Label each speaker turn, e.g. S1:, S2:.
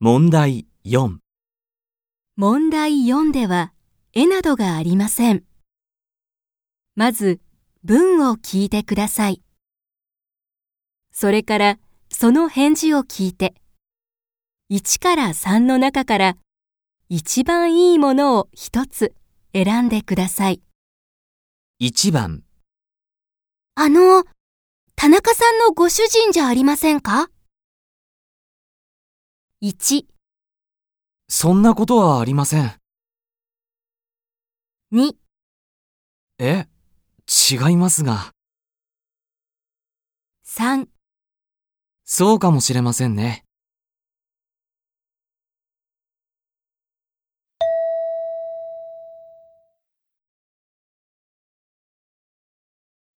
S1: 問題4、
S2: 問題4では、絵などがありません。まず、文を聞いてください。それから、その返事を聞いて、1から3の中から、一番いいものを一つ選んでください。
S1: 1番、
S2: あの、田中さんのご主人じゃありませんか ?1、
S1: そんなことはありません。
S2: 2、
S1: え、違いますが、
S2: 3
S1: そうかもしれませんね。